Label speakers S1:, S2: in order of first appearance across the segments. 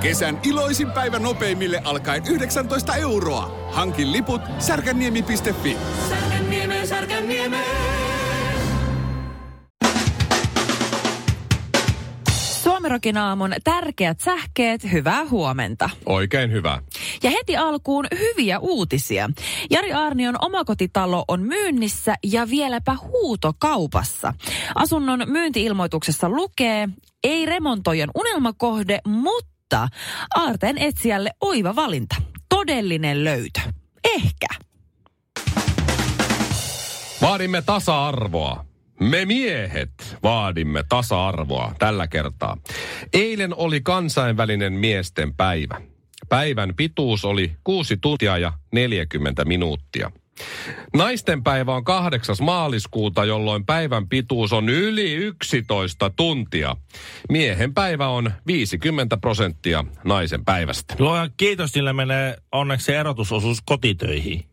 S1: Kesän iloisin päivä nopeimille alkaen 19 euroa. Hankin liput särkänniemi.fi.
S2: Särkänniemi, Särkänniemi.
S3: Suomirokin aamun tärkeät sähkeet, hyvää huomenta.
S4: Oikein hyvä.
S3: Ja heti alkuun hyviä uutisia. Jari Aarnion omakotitalo on myynnissä ja vieläpä huutokaupassa. Asunnon myyntiilmoituksessa lukee, ei remontojen unelmakohde, mutta aarteen etsijälle oiva valinta. Todellinen löytö. Ehkä.
S4: Vaadimme tasa-arvoa. Me miehet vaadimme tasa-arvoa tällä kertaa. Eilen oli kansainvälinen miesten päivä. Päivän pituus oli 6 tuntia ja 40 minuuttia. Naisten päivä on 8. maaliskuuta, jolloin päivän pituus on yli 11 tuntia. Miehen päivä on 50 prosenttia naisen päivästä.
S5: Luojan kiitos, sillä menee onneksi se erotusosuus kotitöihin.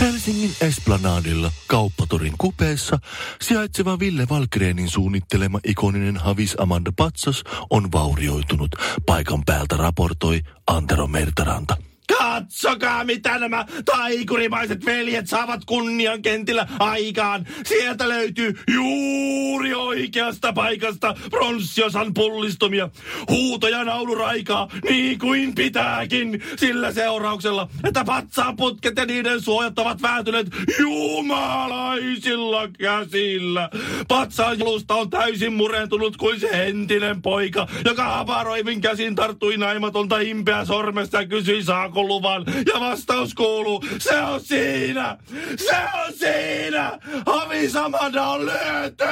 S6: Helsingin Esplanadilla kauppatorin kupeessa sijaitseva Ville Valkreenin suunnittelema ikoninen Havis Amanda Patsas on vaurioitunut. Paikan päältä raportoi Antero Mertaranta.
S5: Katsokaa, mitä nämä taikurimaiset veljet saavat kunnian kentillä aikaan. Sieltä löytyy juuri oikeasta paikasta pronssiosan pullistumia. Huutoja nauluraikaa, niin kuin pitääkin. Sillä seurauksella, että patsaan putket ja niiden suojat ovat vääntyneet jumalaisilla käsillä. Patsaan jalusta on täysin murentunut kuin se entinen poika, joka haparoivin käsin tarttui naimatonta impeä sormesta ja kysyi saa saako luvan. Ja vastaus kuuluu, se on siinä! Se on siinä! Havisamada on löytö!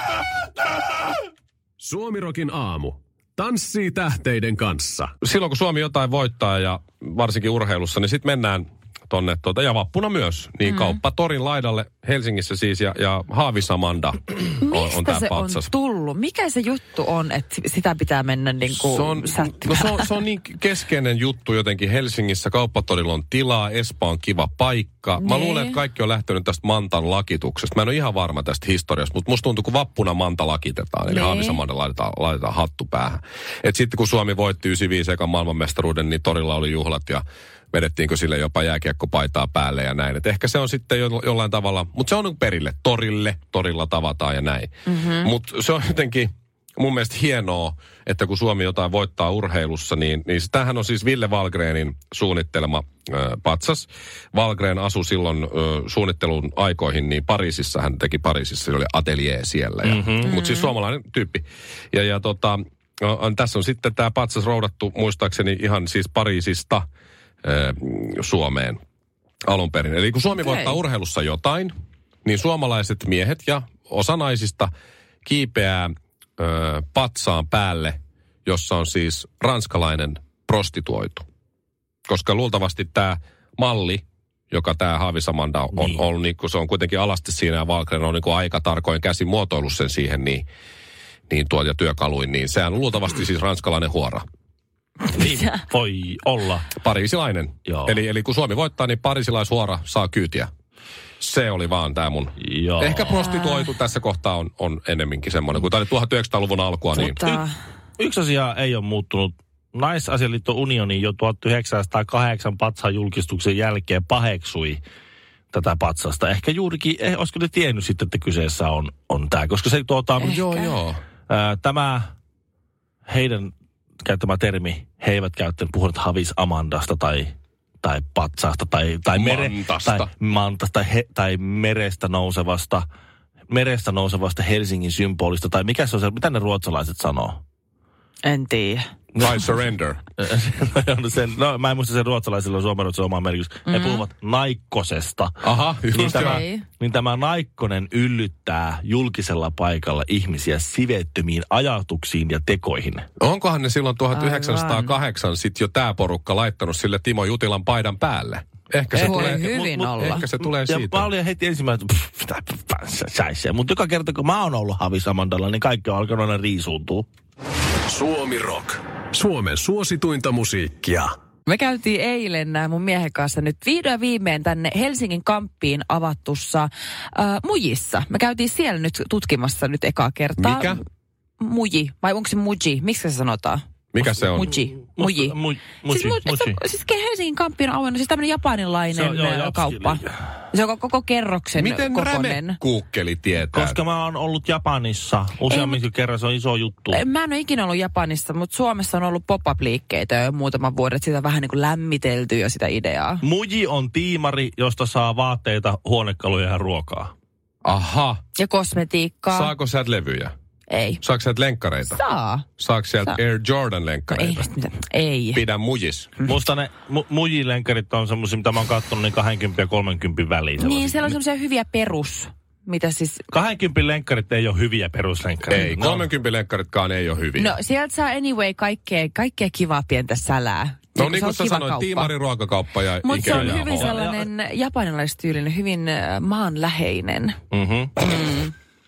S5: Löytö!
S7: Suomirokin aamu. Tanssii tähteiden kanssa.
S4: silloin kun Suomi jotain voittaa ja varsinkin urheilussa, niin sitten mennään tonne tuota, ja vappuna myös, niin mm. kauppatorin laidalle Helsingissä siis ja, ja Haavisamanda on, on
S3: Mistä
S4: tämä
S3: se
S4: patsas.
S3: on tullut? Mikä se juttu on, että sitä pitää mennä niin kuin
S4: se on, no se, on, se on niin keskeinen juttu jotenkin Helsingissä. Kauppatorilla on tilaa, Espa on kiva paikka. Mä
S3: Niin.
S4: luulen, että kaikki on lähtenyt tästä Mantan lakituksesta. Mä en ole ihan varma tästä historiasta, mutta musta tuntuu, kun vappuna Manta lakitetaan. Eli
S3: Niin.
S4: Haavisamandalle laitetaan, laitetaan hattu päähän. Et sitten kun Suomi voitti 95 ekan maailmanmestaruuden, niin torilla oli juhlat ja vedettiinkö sille jopa jääkiekkopaitaa päälle ja näin. Et ehkä se on sitten jo, jollain tavalla, mutta se on niinku perille, torille, torilla tavataan ja näin. Mm-hmm. Mutta se on jotenkin mun mielestä hienoa, että kun Suomi jotain voittaa urheilussa, niin, niin se- tämähän on siis Ville Valgrenin suunnittelema ö, patsas. Valgren asui silloin ö, suunnittelun aikoihin, niin Pariisissa hän teki Pariisissa, sillä oli atelier siellä. Mm-hmm. Mutta siis suomalainen tyyppi. Ja, ja tota, ö, on, tässä on sitten tämä patsas roudattu muistaakseni ihan siis Pariisista ö, Suomeen alun perin. Eli kun Suomi
S3: Okei.
S4: okay. voittaa urheilussa jotain, niin suomalaiset miehet ja osa naisista kiipeää ö, patsaan päälle, jossa on siis ranskalainen prostituoitu. Koska luultavasti tämä malli, joka tämä Haavisamanda on, niin. on, on niin kun se on kuitenkin alasti siinä ja Valkren on niin kuin aika tarkoin käsi muotoillut sen siihen, niin, niin tuolta työkaluin, niin sehän on luultavasti siis ranskalainen huora.
S5: Niin voi olla.
S4: Pariisilainen.
S5: Joo.
S4: Eli, eli kun Suomi voittaa, niin pariisilaishuora saa kyytiä. Se oli vaan tämä mun.
S5: Joo.
S4: Ehkä prostituoitu tässä kohtaa on, on enemminkin semmoinen. Kun tämä oli 1900-luvun alkua, niin
S3: Mutta,
S5: Yksi asia ei ole muuttunut. Naisasialiitto Unioni jo 1908 patsan julkistuksen jälkeen paheksui tätä patsasta. Ehkä juurikin, eh, olisiko ne tiennyt sitten, että kyseessä on, on tämä, koska se tuota,
S4: joo, joo.
S5: ää, tämä heidän käyttämä termi, he eivät käyttäneet puhunut Havis Amandasta tai, tai patsaasta tai, tai,
S4: Mantasta.
S5: tai, mantasta tai, he, tai merestä nousevasta merestä nousevasta Helsingin symbolista, tai mikä se on se, mitä ne ruotsalaiset sanoo?
S3: en tiedä.
S4: I surrender.
S5: no, sen, no, mä en muista sen ruotsalaisilla ja suomalaisilla oma merkitys. Mm. He puhuvat naikkosesta.
S4: Aha,
S5: Niin
S4: just
S5: tämä,
S4: joo.
S3: Okei.
S5: niin tämä naikkonen yllyttää julkisella paikalla ihmisiä sivettömiin ajatuksiin ja tekoihin.
S4: Onkohan ne silloin 1908 sitten jo tämä porukka laittanut sille Timo Jutilan paidan päälle? Ehkä se
S3: Voi
S4: tulee...
S3: hyvin
S5: mut- mut-
S3: olla.
S4: Ehkä se tulee
S5: ja
S4: siitä.
S5: paljon heti ensimmäisenä, mutta joka kerta kun mä oon ollut Havisamandalla, niin kaikki on alkanut aina riisuuntua.
S7: Suomi Rock. Suomen suosituinta musiikkia.
S3: Me käytiin eilen nää mun miehen kanssa nyt vihdoin ja viimein tänne Helsingin kamppiin avattussa äh, mujissa. Me käytiin siellä nyt tutkimassa nyt ekaa kertaa.
S4: Mikä?
S3: muji, vai onko se muji? Miksi se sanotaan?
S4: Mikä se on?
S3: Muji.
S5: Musta-
S3: Muji.
S5: mu-
S3: Siis,
S5: muji,
S3: mu-
S5: muji.
S3: se- siis ke- Helsingin kamppi on auennut, siis tämmöinen japanilainen
S5: Se on, joo,
S3: ö,
S5: japski-
S3: kauppa. Se on koko kerroksen
S4: Miten
S3: kokoinen.
S4: rämekuukkeli tietää?
S5: Koska mä oon ollut Japanissa useammin kerran, se on iso juttu.
S3: Mä en ole ikinä ollut Japanissa, mutta Suomessa on ollut pop-up-liikkeitä jo muutaman vuoden. että Sitä vähän niin kuin lämmitelty jo sitä ideaa.
S5: Muji on tiimari, josta saa vaatteita, huonekaluja ja ruokaa.
S4: Aha,
S3: Ja kosmetiikkaa.
S4: saako sä levyjä?
S3: Ei.
S4: Saako sä lenkkareita?
S3: Saa.
S4: Saako sieltä
S3: Saa.
S4: Air
S3: No ei,
S4: Jordan-lenkkareita?
S3: mitä- ei.
S4: Pidä mujis.
S3: Hmm.
S5: Musta ne mu- mujilenkerit on semmosia, mitä mä oon kattonut, niin 20 ja 30 väliin.
S3: Niin,
S5: sellaisia.
S3: siellä on semmoisia hyviä perus, mitä siis...
S5: 20 lenkkarit ei ole hyviä peruslenkkareita. No,
S4: Ei,
S5: Ne on-
S4: 30 lenkkaritkaan ei ole hyviä.
S3: No, sieltä saa anyway kaikkea, kaikkea kivaa pientä sälää.
S4: No
S3: Kun
S4: niin
S3: se on
S4: kuin sä
S3: kiva
S4: sanoit,
S3: kauppa.
S4: Tiimari ruokakauppa ja
S3: Mutta se
S4: Ikea
S3: on
S4: ja
S3: hyvin
S4: H&M.
S3: sellainen japanilaistyylinen, hyvin äh, maanläheinen.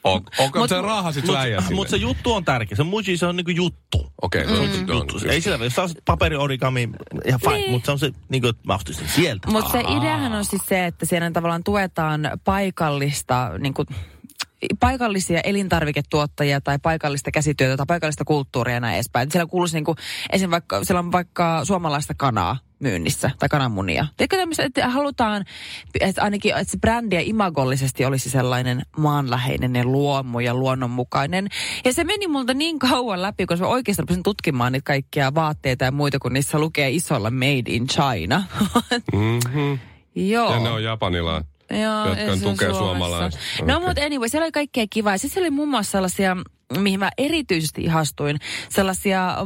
S4: On, onko
S3: Mut-
S4: se raha sit
S5: Mut-
S4: läjä
S5: Mut
S4: sinne?
S5: se juttu on tärkeä. Se muji, se on niinku juttu.
S4: Okei,
S3: Mm.
S4: no, se on juttu. siis.
S5: juttu. Ei sillä, jos sä ostat paperiorigami, ihan fine,
S3: Niin.
S5: mutta se on se, niin kuin, että mä ostin sen sieltä.
S3: Mutta se ideahan on siis se, että siellä tavallaan tuetaan paikallista, niin kuin, paikallisia elintarviketuottajia tai paikallista käsityötä tai paikallista kulttuuria ja näin edespäin. Siellä kuuluisi niin kuin, esim. Vaikka, siellä on vaikka suomalaista kanaa myynnissä tai kananmunia. Tiedätkö tämmöistä, että halutaan, että ainakin että se brändi ja imagollisesti olisi sellainen maanläheinen ja luomu ja luonnonmukainen. Ja se meni multa niin kauan läpi, kun mä oikeasti rupesin tutkimaan niitä kaikkia vaatteita ja muita, kun niissä lukee isolla Made in China. Joo.
S4: Ja ne on japanilaa.
S3: Joo,
S4: jotka
S3: ei, se on
S4: tukee
S3: Suomessa.
S4: suomalaista.
S3: No
S4: Okei.
S3: mutta anyway, siellä oli kaikkea kivaa. Sitten siellä oli muun muassa sellaisia, mihin mä erityisesti ihastuin, sellaisia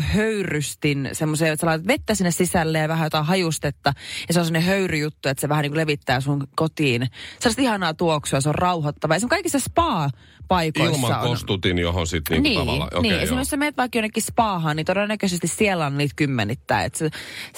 S3: valohöyrystin, semmoisia, että sä laitat vettä sinne sisälle ja vähän jotain hajustetta. Ja se on sellainen höyryjuttu, että se vähän niin kuin levittää sun kotiin. Sellaista ihanaa tuoksua, se on rauhoittava. Ja se on kaikissa spa-paikoissa.
S4: Ilman
S3: on.
S4: kostutin, johon sitten niinku
S3: Niin,
S4: tavallaan. Okei,
S3: niin.
S4: joo.
S3: esimerkiksi jos sä meet vaikka jonnekin spaahan, niin todennäköisesti siellä on niitä kymmenittäin. Että se,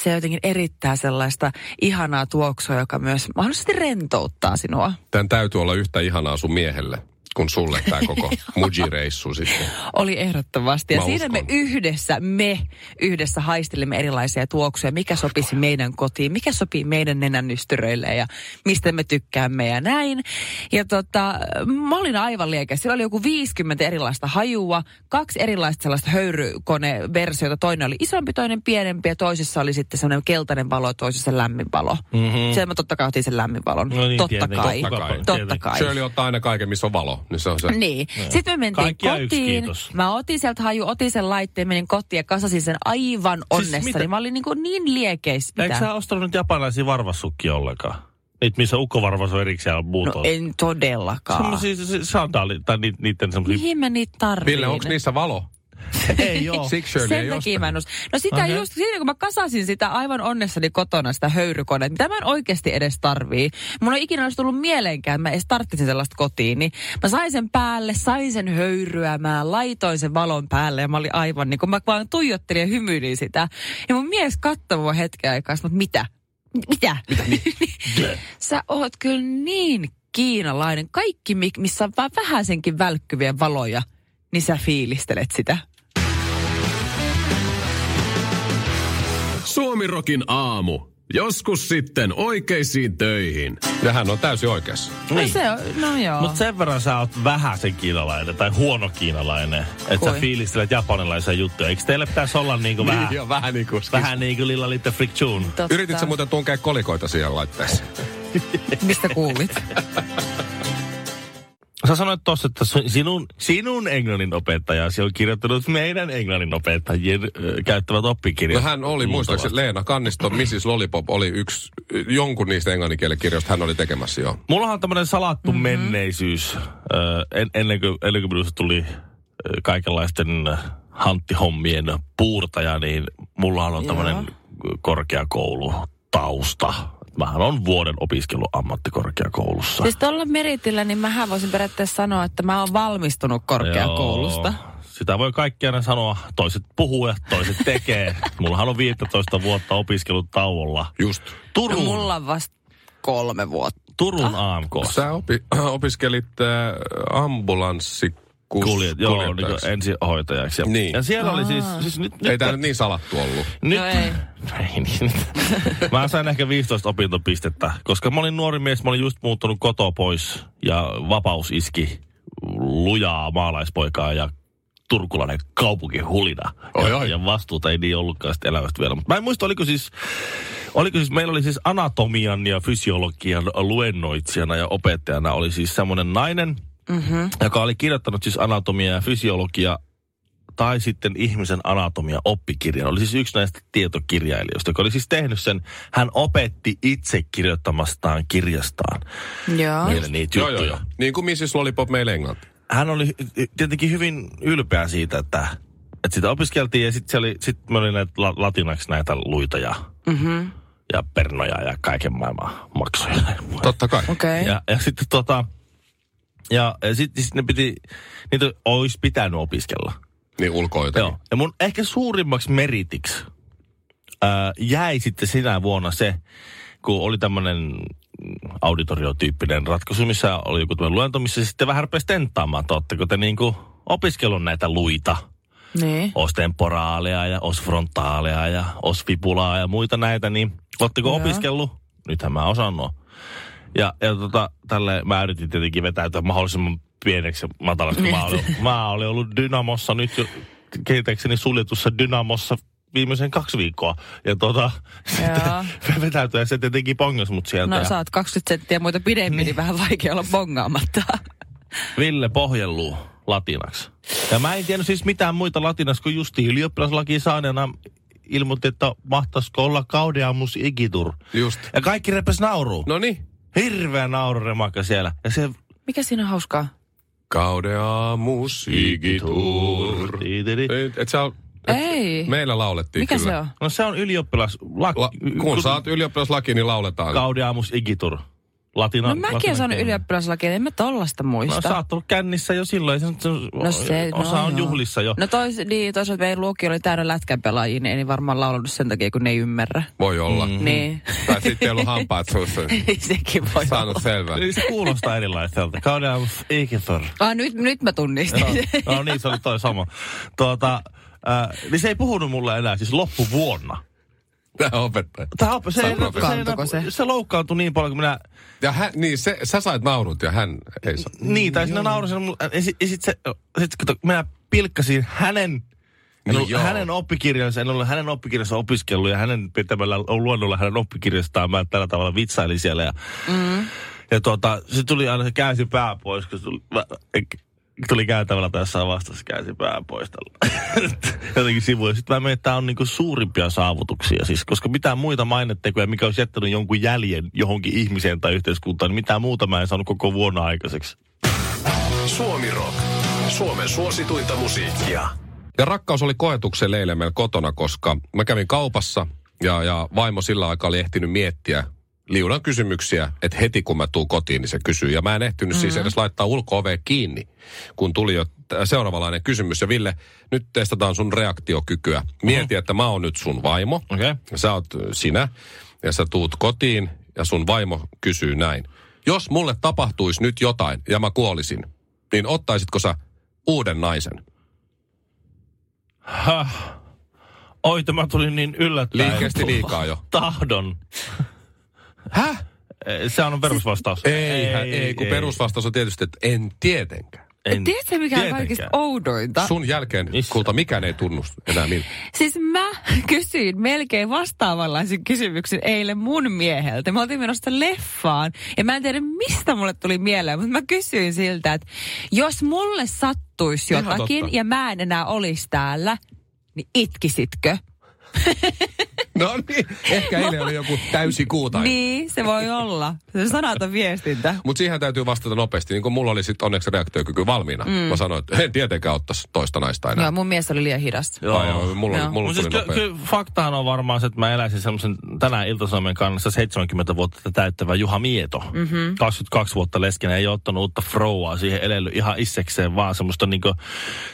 S3: se jotenkin erittää sellaista ihanaa tuoksua, joka myös mahdollisesti rentouttaa sinua.
S4: Tämän täytyy olla yhtä ihanaa sun miehelle kuin sulle tämä koko mujireissu sitten.
S3: Oli ehdottomasti. Ja
S4: Mä
S3: siinä me
S4: uskon.
S3: yhdessä, me yhdessä haistelimme erilaisia tuoksuja, mikä sopisi meidän kotiin, mikä sopii meidän nenänystyröille ja mistä me tykkäämme ja näin. Ja tota, mä olin aivan liekä. Siellä oli joku 50 erilaista hajua, kaksi erilaista sellaista höyrykoneversiota. Toinen oli isompi, toinen pienempi ja toisessa oli sitten semmoinen keltainen valo, toisessa lämmin valo. Mm-hmm. Siellä mä totta kai otin sen lämmin valon.
S5: Mhm. No niin,
S3: totta,
S5: tietenkin.
S3: kai.
S5: Totta
S4: kai.
S3: Totta kai.
S4: Shirley ottaa aina kaiken, missä on valo. Niin se on se.
S3: Niin. Sitten me mentiin
S5: Kaikkia yksi,
S3: kotiin.
S5: kiitos.
S3: mä otin sieltä haju, otin sen laitteen, menin kotiin ja kasasin sen aivan onnessa.
S5: Siis mitä?
S3: Niin mä olin niin, kuin niin liekeissä.
S5: Eikö sä ostanut nyt japanilaisia varvassukkia ollenkaan? Niitä, missä ukkovarvas on erikseen ja muut
S3: No
S5: on.
S3: en todellakaan.
S5: Semmoisia se- se- sandaali, tai ni, niiden semmoisia.
S3: Mihin mä niitä tarviin?
S4: Ville, onko niissä valo?
S5: ei oo.
S4: Siksi Shirley
S3: Niin. Sen
S4: ei
S3: takia
S4: osta.
S3: mä en osta. No sitä okay. just, siinä kun mä kasasin sitä aivan onnessani kotona, sitä höyrykoneet, mitä mä en oikeasti edes tarvii. Mun on ikinä olisi tullut mieleenkään, että mä edes tarttisin sellaista kotiin. Niin mä sain sen päälle, sain sen höyryämään, laitoin sen valon päälle ja mä olin aivan niin kun mä vaan tuijottelin ja hymyilin sitä. Ja mun mies katsoi mua hetken aikaa, mutta mitä? Mitä? mitä? Sä oot kyllä niin kiinalainen. Kaikki, mi- missä on vaan vähäisenkin välkkyviä valoja, niin sä fiilistelet sitä.
S7: Suomirokin aamu. Joskus sitten oikeisiin töihin.
S4: Ja hän on täysin oikeassa.
S3: No se on, no joo.
S5: Mutta Niin. sen verran sä oot vähäsen kiinalainen tai huono kiinalainen, että sä
S3: Kui?
S5: fiilistelet japanilaisia juttuja. Eikö teille pitäisi olla niinku vähän,
S4: Joo, vähän niin kuin.
S5: vähän niinku Lilla Little Frick Tune?
S3: Totta.
S4: Yritit sä muuten tunkea kolikoita siihen laitteeseen?
S5: Niin.
S3: Mistä kuulit?
S5: Sä sanoit tossa, että sun- sinun, sinun englannin opettajasi on kirjoittanut meidän englannin opettajien ö, käyttävät
S4: No
S5: oppikirjat.
S4: hän oli, muistaakseni Leena Kannisto, Mrs. Lollipop oli yksi, jonkun niistä englanninkielen kirjoista hän oli tekemässä joo.
S5: Mulla on tämmöinen salattu mm-hmm. menneisyys ö, en, ennen, kuin, ennen kuin minusta tuli ö, kaikenlaisten ö, hanttihommien puurtaja, niin mulla on tämmöinen korkeakoulutausta. Mähän on vuoden opiskellut ammattikorkeakoulussa.
S3: Siis tuolla meritillä, niin mähän voisin periaatteessa sanoa, että mä oon valmistunut korkeakoulusta.
S5: Joo. Sitä voi kaikki aina sanoa. Toiset puhuu ja toiset tekee. Mullahan on 15 vuotta opiskellut tauolla.
S4: Just.
S5: Turun,
S3: Ja No mulla Ah. on vasta kolme vuotta.
S5: Turun AMK.
S4: Sä opi, opiskelit äh, ambulanssi
S5: Kuljet, joo, niin kuin ensihoitajaksi. Ja,
S4: Niin.
S5: ja siellä oli siis, siis nyt,
S4: Ei
S5: nyt,
S4: tämä nyt niin salattu ollut.
S5: nyt,
S3: No ei.
S5: ei niin. Mä sain ehkä 15 opintopistettä, koska mä olin nuori mies, mä olin just muuttunut kotoa pois ja vapaus iski lujaa maalaispoikaa ja turkulainen kaupunkihulina.
S4: Oi,
S5: ja,
S4: oi.
S5: ja vastuuta ei niin ollutkaan sitä elämästä vielä. Mutta mä en muista, oliko siis, oliko siis, meillä oli siis anatomian ja fysiologian luennoitsijana ja opettajana oli siis semmoinen nainen, mm-hmm. joka oli kirjoittanut siis anatomia ja fysiologia tai sitten ihmisen anatomia oppikirjan. Oli siis yksi näistä tietokirjailijoista, joka oli siis tehnyt sen. Hän opetti itse kirjoittamastaan kirjastaan
S3: Joo.
S5: meille niitä
S4: Joo,
S5: juttuja.
S4: joo, joo. Niin kuin Mrs. Lollipop meillä englanti.
S5: hän oli tietenkin hyvin ylpeä siitä, että, että sitä opiskeltiin ja sitten oli, sit me oli näitä la- latinaksi näitä luita ja, mm-hmm. ja pernoja ja kaiken maailman maksuja.
S4: Totta kai.
S3: Okei. Okay.
S5: Ja, ja sitten tota, ja, ja sitten sit ne piti, niitä olisi pitänyt opiskella.
S4: Niin ulkoa jotenkin.
S5: Joo. Ja mun ehkä suurimmaksi meritiksi ää, jäi sitten sinä vuonna se, kun oli tämmöinen auditoriotyyppinen ratkaisu, missä oli joku tämmöinen luento, missä sitten vähän rupesi tenttaamaan, että ootteko te niinku opiskellut näitä luita,
S3: Niin.
S5: os temporaalea ja os frontaalea ja os vipulaa ja muita näitä, niin ootteko
S3: Joo.
S5: opiskellut? Nythän mä osaan nuo. Ja, ja tota, tälle mä yritin tietenkin vetäytyä mahdollisimman pieneksi ja matalaksi. Mä olin, mä olin ollut Dynamossa nyt jo, kehitäkseni suljetussa Dynamossa viimeisen kaksi viikkoa. Ja tota,
S3: Joo.
S5: sitten vetäytyä se tietenkin pongas mut sieltä.
S3: Ah. No
S5: ja
S3: sä oot 20 senttiä muita pidempi, niin. niin vähän vaikea olla bongaamatta.
S5: Ville Pohjelluu latinaksi. Ja mä en tiennyt siis mitään muita latinaksi kuin justi ylioppilaslaki saaneena ilmoitti, että mahtaisiko olla kaudeamus igitur.
S4: Just.
S5: Ja kaikki repes nauruu. No.
S4: No niin.
S5: Hirveä naururemakka siellä. Ja se...
S3: Mikä siinä on hauskaa?
S4: Kaudeamus igitur. Et, et sä, oo- et,
S3: Ei.
S4: Meillä laulettiin
S3: Mikä
S4: kyllä.
S3: se on?
S5: No se on ylioppilaslaki.
S4: La, kun saat ylioppilaslaki, niin lauletaan.
S5: Kaudeamus igitur. Latina,
S3: No mäkin
S5: latinan
S3: olen saanut
S5: kielellä.
S3: ylioppilaslaki, en mä tollasta
S5: No
S3: muista.
S5: sä oot ollut kännissä jo silloin. Se, se,
S3: No se,
S5: osa
S3: no joo.
S5: on juhlissa jo.
S3: No tois, niin, toisaalta meidän luokki oli täynnä lätkänpelaajia, niin ei ne varmaan laulanut sen takia, kun ne ei ymmärrä.
S4: Voi olla.
S5: Mhm.
S3: Mm. Niin.
S4: Tai sitten ei ollut hampaat suussa.
S3: Sekin voi
S4: Saanut
S3: olla.
S4: selvää.
S5: Niin Se kuulostaa erilaiselta. Kaudeamus igitur.
S3: Ah, nyt, nyt mä tunnistin.
S5: No, no niin, se oli toi sama. Tuota, äh, niin se ei puhunut mulle enää siis loppuvuonna.
S4: Tää opettaja.
S5: Tämä op, se, ei, enää- se, ei
S3: Loukkaantuko se?
S5: enää- se loukkaantui niin paljon, kun minä...
S4: Ja hän, niin se, sä sait naurut ja hän ei saa.
S5: Niin, tai sinä naurasin. Ja sitten sit se, sit, kun to- minä pilkkasin hänen en
S4: No
S5: ollut,
S4: joo.
S5: hänen oppikirjansa, en ollut hänen oppikirjansa opiskellut ja hänen pitämällä luennolla hänen oppikirjastaan mä tällä tavalla vitsailin siellä. Ja, ja tuota, se tuli aina se käänsi pää pois, kun tuli, mä, tuli käytävällä tai jossain vastassa käänsi pää pois tällä. Jotenkin sivuja. Sitten mä mietin, että tämä on niinku suurimpia saavutuksia siis, koska mitään muita mainettekoja, mikä olisi jättänyt jonkun jäljen johonkin ihmiseen tai yhteiskuntaan, niin mitään muuta mä en saanut koko vuonna aikaiseksi.
S7: Suomi Rock. Suomen suosituinta musiikkia.
S4: Ja rakkaus oli koetuksella eilen meillä kotona, koska mä kävin kaupassa ja, ja vaimo sillä aikaa oli ehtinyt miettiä liudan kysymyksiä, että heti kun mä tuun kotiin, niin se kysyy. Ja mä en ehtinyt mm-hmm. siis edes laittaa ulko kiinni, kun tuli jo tää seuraavanlainen kysymys. Ja Ville, nyt testataan sun reaktiokykyä. Mieti, että mä oon nyt sun vaimo.
S5: Okei.
S4: Ja sä oot ö, sinä ja sä tuut kotiin ja sun vaimo kysyy näin. Jos mulle tapahtuisi nyt jotain ja mä kuolisin, niin ottaisitko sä uuden naisen?
S5: Häh. Oi, tämä tuli niin yllättäen.
S4: Liikkeesti liikaa jo.
S5: Tahdon.
S4: Häh?
S5: Eh, Sehän on perusvastaus.
S4: Ei, Siis ei, ei kun perusvastaus on tietysti, että en tietenkään.
S5: En-
S3: Tiedätkö, mikä on
S5: tietenkään.
S3: kaikista oudointa?
S4: Sun jälkeen,
S5: Missä?
S4: kulta, mikään ei tunnustu enää miltä.
S3: Siis mä kysyin melkein vastaavanlaisen kysymyksen eilen mun mieheltä. Mä oltiin menossa leffaan ja mä en tiedä mistä mulle tuli mieleen, mutta mä kysyin siltä, että jos mulle sattuisi
S5: Ihan
S3: jotakin
S5: totta.
S3: ja mä en enää olisi täällä, niin itkisitkö?
S4: No niin, ehkä eilen oli joku täysi kuu tai...
S3: Niin, se voi olla. Se on sanaton viestintä.
S4: Mutta siihen täytyy vastata nopeasti. Niin kuin mulla oli sitten onneksi reaktiokyky valmiina. Mm. Mä sanoin, että en tietenkään ottaisi toista naista enää.
S3: Joo, mun mies oli liian hidas.
S5: Joo.
S4: Ai, joo, mulla, oli,
S3: Joo.
S4: mulla
S5: Mut
S4: tuli
S5: siis ky-
S4: nopea.
S5: ky- faktahan on varmaan se, että mä eläisin semmoisen tänään Ilta-Suomen kannassa 70 vuotta täyttävä Juha Mieto.
S3: Mhm.
S5: Mm-hmm. 22 vuotta leskenä ei ole ottanut uutta froua siihen elellyt ihan issekseen, vaan semmoista, niinku,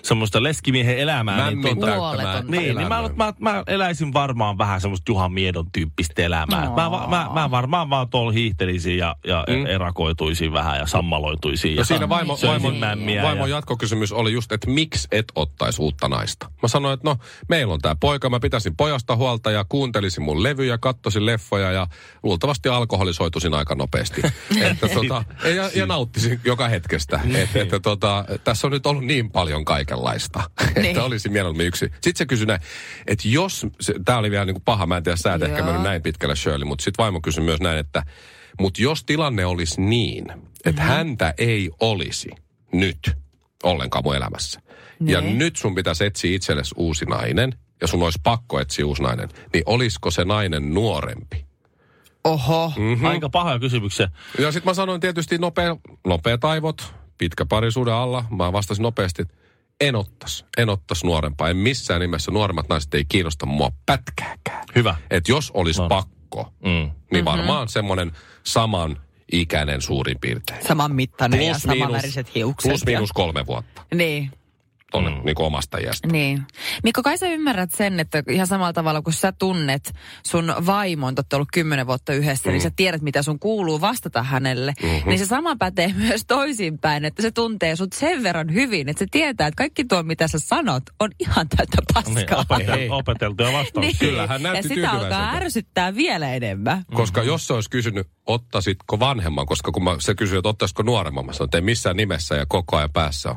S5: semmoista leskimiehen elämää.
S4: Mämmin
S5: niin, tuota,
S4: täyttämään
S3: Huoletonta.
S5: niin, niin mä,
S4: elämää.
S5: luulen, että mä, mä, eläisin varmaan vähän semmoista semmoista Juhan Miedon tyyppistä elämää. Mä, va- mä, mä, varmaan vaan tuolla hiihtelisin ja, ja mm. erakoituisin vähän Niin, ja sammaloituisin.
S4: No siinä vaimo,
S5: söisin
S4: vaimon,
S5: mämmiä
S4: vaimon
S5: ja-
S4: jatkokysymys oli just, että miksi et ottaisi uutta naista? Mä sanoin, että no, meillä on tämä poika, mä pitäisin pojasta huolta ja kuuntelisin mun levyjä, kattosin leffoja ja luultavasti alkoholisoituisin aika nopeasti. että, tota, ja,
S5: Niin.
S4: ja nauttisin joka hetkestä. että, että, tota, tässä on nyt ollut niin paljon kaikenlaista,
S3: Niin.
S4: että olisi mieluummin yksi. Sitten se kysyi näin, että jos, tämä oli vielä niin kuin paha, mä en tiedä, sä et ehkä
S3: Joo.
S4: mennyt näin pitkälle Shirley, mutta sitten vaimo kysyi myös näin, että mutta jos tilanne olisi niin, että mm-hmm. häntä ei olisi nyt ollenkaan mun elämässä,
S3: Niin.
S4: niin. ja nyt sun pitäisi etsiä itsellesi uusi nainen, ja sun olisi pakko etsiä uusi nainen, niin olisiko se nainen nuorempi?
S3: Oho.
S4: Mm. Mhm.
S5: Mm-hmm. Aika pahoja kysymyksiä.
S4: Ja sitten mä sanoin tietysti nopea, nopeat aivot, pitkä parisuuden alla. Mä vastasin nopeasti, että en ottas, en ottas nuorempaa. En missään nimessä nuoremmat naiset ei kiinnosta mua pätkääkään.
S5: Hyvä.
S4: Että jos olisi
S5: No.
S4: no. pakko,
S5: Mm.
S3: Mhm.
S4: niin varmaan semmoinen saman ikäinen suurin piirtein.
S3: Saman mittainen ja
S4: Plus
S3: samanväriset
S4: miinus,
S3: hiukset.
S4: plus
S3: ja-
S4: miinus kolme vuotta
S3: Niin.
S4: tuonne mm. niin omasta iästä.
S3: Niin. Mikko, kai sä ymmärrät sen, että ihan samalla tavalla kun sä tunnet sun vaimon, te ootte ollut kymmenen vuotta yhdessä, mm. niin sä tiedät, mitä sun kuuluu vastata hänelle. Mm-hmm. Niin se sama pätee myös toisinpäin, että se tuntee sut sen verran hyvin, että se tietää, että kaikki tuo, mitä sä sanot, on ihan täyttä
S5: Niin,
S3: paskaa.
S5: opetel, opeteltuja vastauksia.
S3: Niin.
S4: Kyllä, hän näytti
S3: ja sitä
S4: tyytyväiseltä.
S3: alkaa ärsyttää vielä enemmän.
S4: Koska jos se olisi kysynyt, ottasitko vanhemman, koska kun mä, se kysyi, että ottaisiko nuoremman, mä sanoin, että ei missään nimessä ja koko ajan päässä on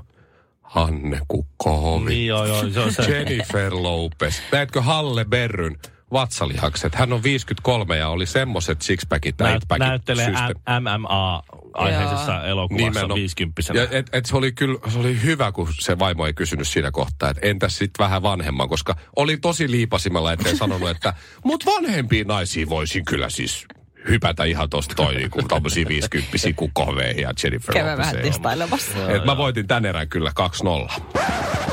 S4: Hanne Kukkohovi.
S5: Niin, joo, joo, se on se.
S4: Jennifer Lopez. Näetkö Halle Berryn vatsalihakset? Hän on 53 ja oli semmoset sixpackit,
S5: Näyt,
S4: eightpackit.
S5: näyttelee
S4: systeemi-
S5: M- MMA-aiheisessa elokuvassa
S4: Nimenomaan.
S5: 50
S4: Ja et, et se oli kyllä, se oli hyvä, kun se vaimo ei kysynyt siinä kohtaa, että entäs sitten vähän vanhemman, koska oli tosi liipasimella, ettei sanonut, että mut vanhempiin naisiin voisin kyllä siis hypätä ihan tosta toi niinku tommosiin viisikymppisiin kukkohveihin ja Jennifer
S3: Käydään vähän
S4: Lopezeihin.
S3: testailemassa.
S4: Et mä voitin tän erän kyllä 2-0.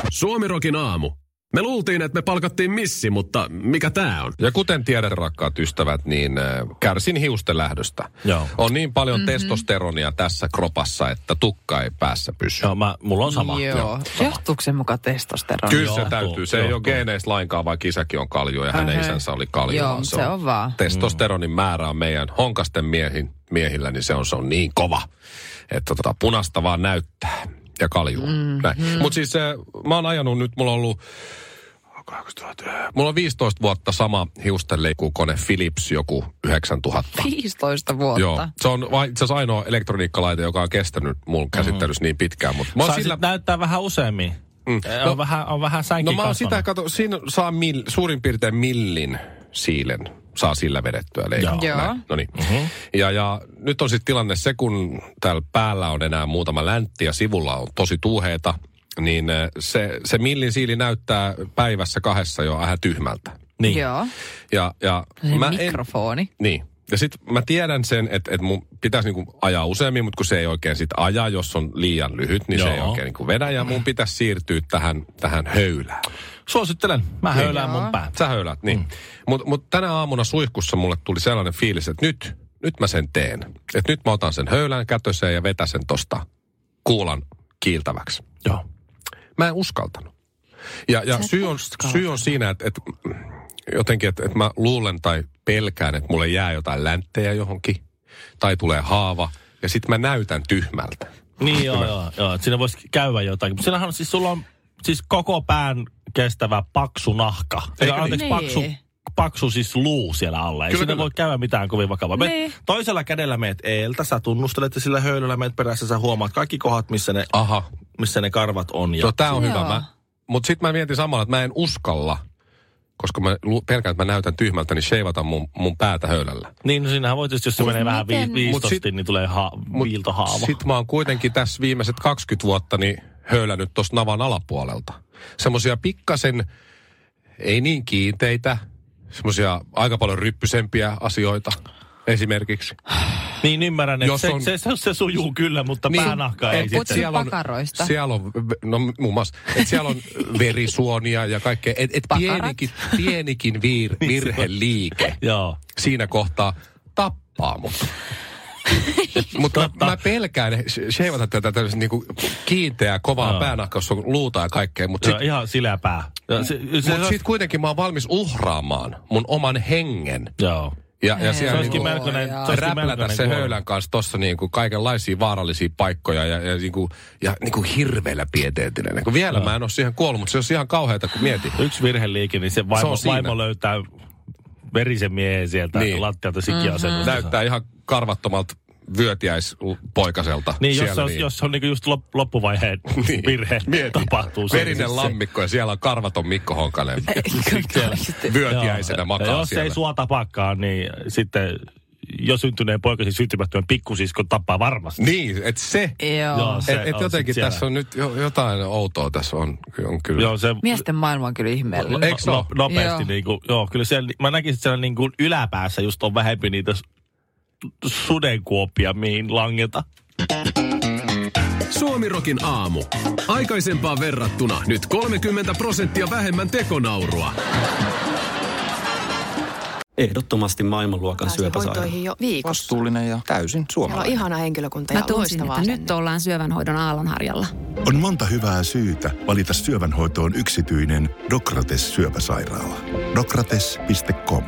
S7: Suomirokin aamu. Me luultiin, että me palkattiin missi, mutta mikä tää on?
S4: Ja kuten tiedät, rakkaat ystävät, niin äh, kärsin hiusten lähdöstä.
S5: Joo.
S4: On niin paljon mm-hmm. testosteronia tässä kropassa, että tukka ei päässä pysy.
S5: Joo, mä, mulla on sama.
S3: Joo. Johtuuko se muka testosteroni?
S4: Kyllä
S5: Joo,
S4: se
S5: tuo-
S4: täytyy. Se
S5: joo,
S4: ei ole
S5: tuo.
S4: geeneissä lainkaan, vaikka isäkin on kalju ja hänen
S3: Ähä.
S4: isänsä oli kalju.
S3: Joo,
S4: vaan
S3: se on vaan.
S4: Testosteronin määrä on meidän honkasten miehin, miehillä, niin se on, se on niin kova, että tota, punasta vaan näyttää ja kaljuu. Mm-hmm. Mutta siis äh, mä oon ajanut nyt, mulla on ollut 2000, äh, Mulla on 15 vuotta sama hiustenleikkuukone Philips joku 9000.
S3: 15 vuotta.
S4: Joo, se on vai- itse asiassa ainoa elektroniikkalaite, joka on kestänyt mun käsittelyssä niin pitkään. Mutta mä oon
S5: Mhm. Saa sillä...
S4: sillä
S5: näyttää vähän useammin. Mm. No, on vähän, on vähän sänkin
S4: No mä oon
S5: kasvanut.
S4: sitä, kato, siinä saa mill, suurin piirtein millin siilen saa sillä vedettyä leikata.
S3: Joo. Joo.
S4: No niin.
S5: Mhm.
S4: Mm-hmm. Ja, ja nyt on sitten tilanne se, kun täällä päällä on enää muutama läntti ja sivulla on tosi tuuheita, niin eh, se, se millin siili näyttää päivässä kahdessa jo vähän tyhmältä.
S5: Niin.
S3: Joo.
S4: Ja, ja
S3: Se
S4: mä en,
S3: mikrofoni.
S4: niin. Ja sitten mä tiedän sen, että et mun pitäisi niinku ajaa useammin, mutta kun se ei oikein sit aja, jos on liian lyhyt, niin Joo. se ei
S5: Joo.
S4: oikein niinku vedä. Ja mun pitäisi siirtyä tähän, tähän höylään.
S5: Suosittelen. Mä niin. höylään mun pää.
S4: Sä höylät, niin. Mm. Mutta mut tänä aamuna suihkussa mulle tuli sellainen fiilis, että nyt, nyt mä sen teen. Että nyt mä otan sen höylän kätöseen ja vetän sen tosta kuulan kiiltäväksi.
S5: Joo.
S4: Mä en uskaltanut. Ja, ja syy, on, syy on siinä, että, että jotenkin, että, että mä luulen tai pelkään, että mulle jää jotain länttejä johonkin. Tai tulee haava. Ja sitten mä näytän tyhmältä.
S5: Niin joo, joo, joo. että Siinä voisi käydä jotakin. Mutta Siinähän on siis sulla on siis koko pään kestävä paksu nahka.
S4: Eikö
S5: Ja anteeksi,
S3: niin?
S5: paksu,
S3: Niin.
S5: paksu siis luu siellä alla. Ei
S4: Kyllä,
S5: siinä
S4: kyllä.
S5: voi käydä mitään kovin vakavaa. Meet-
S3: Niin.
S5: Toisella kädellä meet eeltä, sä tunnustelet ja sillä höylyllä meet perässä, sä huomaat kaikki kohdat, missä ne,
S4: Aha.
S5: missä ne karvat on. Ja...
S4: No, tää on
S3: Joo.
S4: hyvä. Mä, mut sit mä mietin samalla, että mä en uskalla, koska mä lu- pelkään, että mä näytän tyhmältä, niin sheivata mun, mun päätä höylällä.
S5: Niin, no siinähän voi tietysti, jos se
S3: Mut
S5: menee vähän vi-
S3: miten-
S5: viistosti,
S4: Mut sit-
S5: niin tulee ha- viiltohaava.
S4: Sitten mä oon kuitenkin tässä viimeiset 20 vuotta niin höylännyt tuosta navan alapuolelta. Semmoisia pikkasen, ei niin kiinteitä, semmoisia aika paljon ryppysempiä asioita esimerkiksi.
S5: Niin ymmärrän, että
S4: Jos
S5: se,
S4: on-
S5: se, se, se sujuu kyllä, mutta niin, päänahka ei
S4: et-
S5: sitten.
S3: Puhutko pakaroista?
S4: Siellä on, no muun muassa, että siellä on verisuonia ja kaikkea. Et, et
S3: Pakarat.
S4: pienikin, pienikin vir, virheliike
S5: Joo.
S4: siinä kohtaa tappaa mut. Mutta mä, mä, pelkään, sheivata tätä tämmöistä niinku kiinteää, kovaa no.
S5: Joo.
S4: päänahkausta, luuta ja kaikkea, mutta
S5: Joo,
S4: sit,
S5: ihan sileä pää. Ja se, se,
S4: mut sit kuitenkin mä oon valmis uhraamaan mun oman hengen.
S5: Joo.
S4: Ja, ja
S3: Ei.
S4: siellä
S5: Se
S4: niinku,
S5: olisikin melkoinen, se olisikin
S4: räplätä
S5: melkoinen
S4: se
S5: kuolema.
S4: höylän kanssa tuossa niinku kaikenlaisia vaarallisia paikkoja ja, ja, niinku, ja niinku hirveellä pieteetillä. Niinku vielä mä en ole siihen kuollut, mutta se olisi ihan kauheata, kun mietin.
S5: Yksi virheliike, niin se vaimo,
S4: on
S5: se
S4: siinä.
S5: vaimo löytää verisen miehen sieltä
S4: Niin.
S5: niin. lattialta sikkiasennosta.
S4: Näyttää ihan karvattomalta vyötiäispoikaselta
S5: Niin, jos
S4: siellä.
S5: se on, jos se on niinku just lop, loppuvaiheen
S4: Niin.
S5: virhe tapahtuu. niin se-
S4: Verinen
S5: se-
S4: lammikko ja siellä on karvaton Mikko Honkanen
S3: Oikeasti.
S4: vyötiäisenä makaa
S5: Ja jos
S4: siellä.
S5: ei sua tapaakaan, niin sitten jo syntyneen poikasi syntymättömän pikkusisko tapaa varmasti.
S4: Niin, et se,
S3: Joo.
S5: se
S4: et, et
S5: on
S4: jotenkin
S5: sit siellä.
S4: tässä on nyt jo, jotain outoa tässä on, on kyllä.
S5: Joo, se no,
S3: Miesten maailma on kyllä ihmeellinen.
S4: Niin. Eikö se oo?
S5: nopeasti
S3: Joo.
S5: joo. niinku, joo, kyllä siellä, mä näkisin, että siellä niinku yläpäässä just on vähempi niitä s- sudenkuoppia, mihin langeta.
S7: Suomirokin aamu. Aikaisempaan verrattuna nyt 30 prosenttia vähemmän tekonaurua.
S8: Ehdottomasti maailmanluokan syöpäsairaala.
S9: hoitoihin jo viikossa.
S10: vastuullinen ja täysin
S9: Siellä on
S10: suomalainen.
S9: ihana henkilökunta
S11: Mä
S9: ja
S11: tunsin,
S9: loistavaa
S11: että nyt ollaan syövänhoidon aallonharjalla.
S12: On monta hyvää syytä valita syövänhoitoon yksityinen Dokrates syöpäsairaala. Dokrates.com